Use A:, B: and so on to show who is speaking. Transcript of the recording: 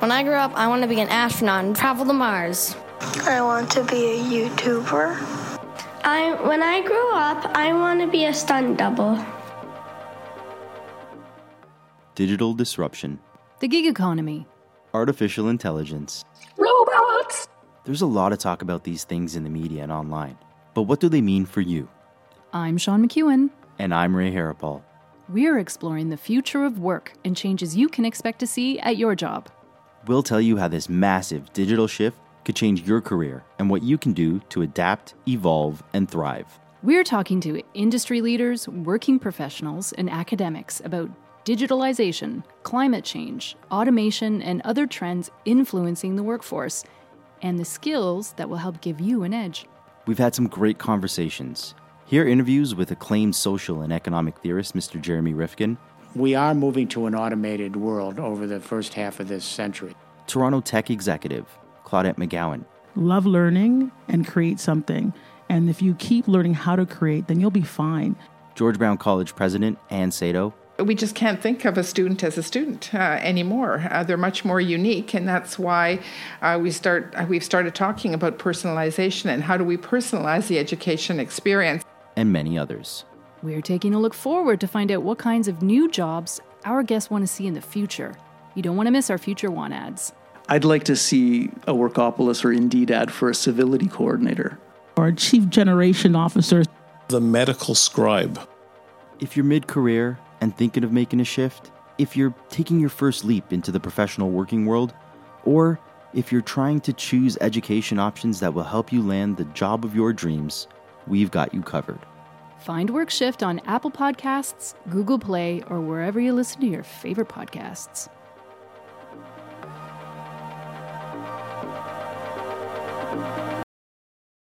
A: When I grow up, I want to be an astronaut and travel to Mars.
B: I want to be a YouTuber.
C: I when I grow up, I want to be a stunt double.
D: digital disruption,
E: The gig economy.
D: artificial intelligence.
F: Robots!
D: There's a lot of talk about these things in the media and online, but what do they mean for you?
E: I'm Sean McEwen.
D: And I'm Ray Haripal.
E: We're exploring the future of work and changes you can expect to see at your job.
D: We'll tell you how this massive digital shift could change your career and what you can do to adapt, evolve, and thrive.
E: We're talking to industry leaders, working professionals, and academics about digitalization, climate change, automation, and other trends influencing the workforce, and the skills that will help give you an edge.
D: We've had some great conversations. Hear interviews with acclaimed social and economic theorist Mr. Jeremy Rifkin,
G: We are moving to an automated world over the first half of this century.
D: Toronto tech executive Claudette McGowan,
H: love learning and create something. And if you keep learning how to create, then you'll be fine.
D: George Brown College president Ann Sato,
I: we just can't think of a student as a student uh, anymore. Uh, they're much more unique, and that's why uh, we start. Uh, we've started talking about personalization and how do we personalize the education experience.
D: and many others.
E: We're taking a look forward to find out what kinds of new jobs our guests want to see in the future. You don't want to miss our Future One ads.
J: I'd like to see a Workopolis or Indeed ad for a civility coordinator.
H: Or chief generation officer,
F: The medical scribe.
D: If you're mid career and thinking of making a shift, if you're taking your first leap into the professional working world, or if you're trying to choose education options that will help you land the job of your dreams, we've got you covered.
E: Find Work Shift on Apple Podcasts, Google Play, or wherever you listen to your favorite podcasts.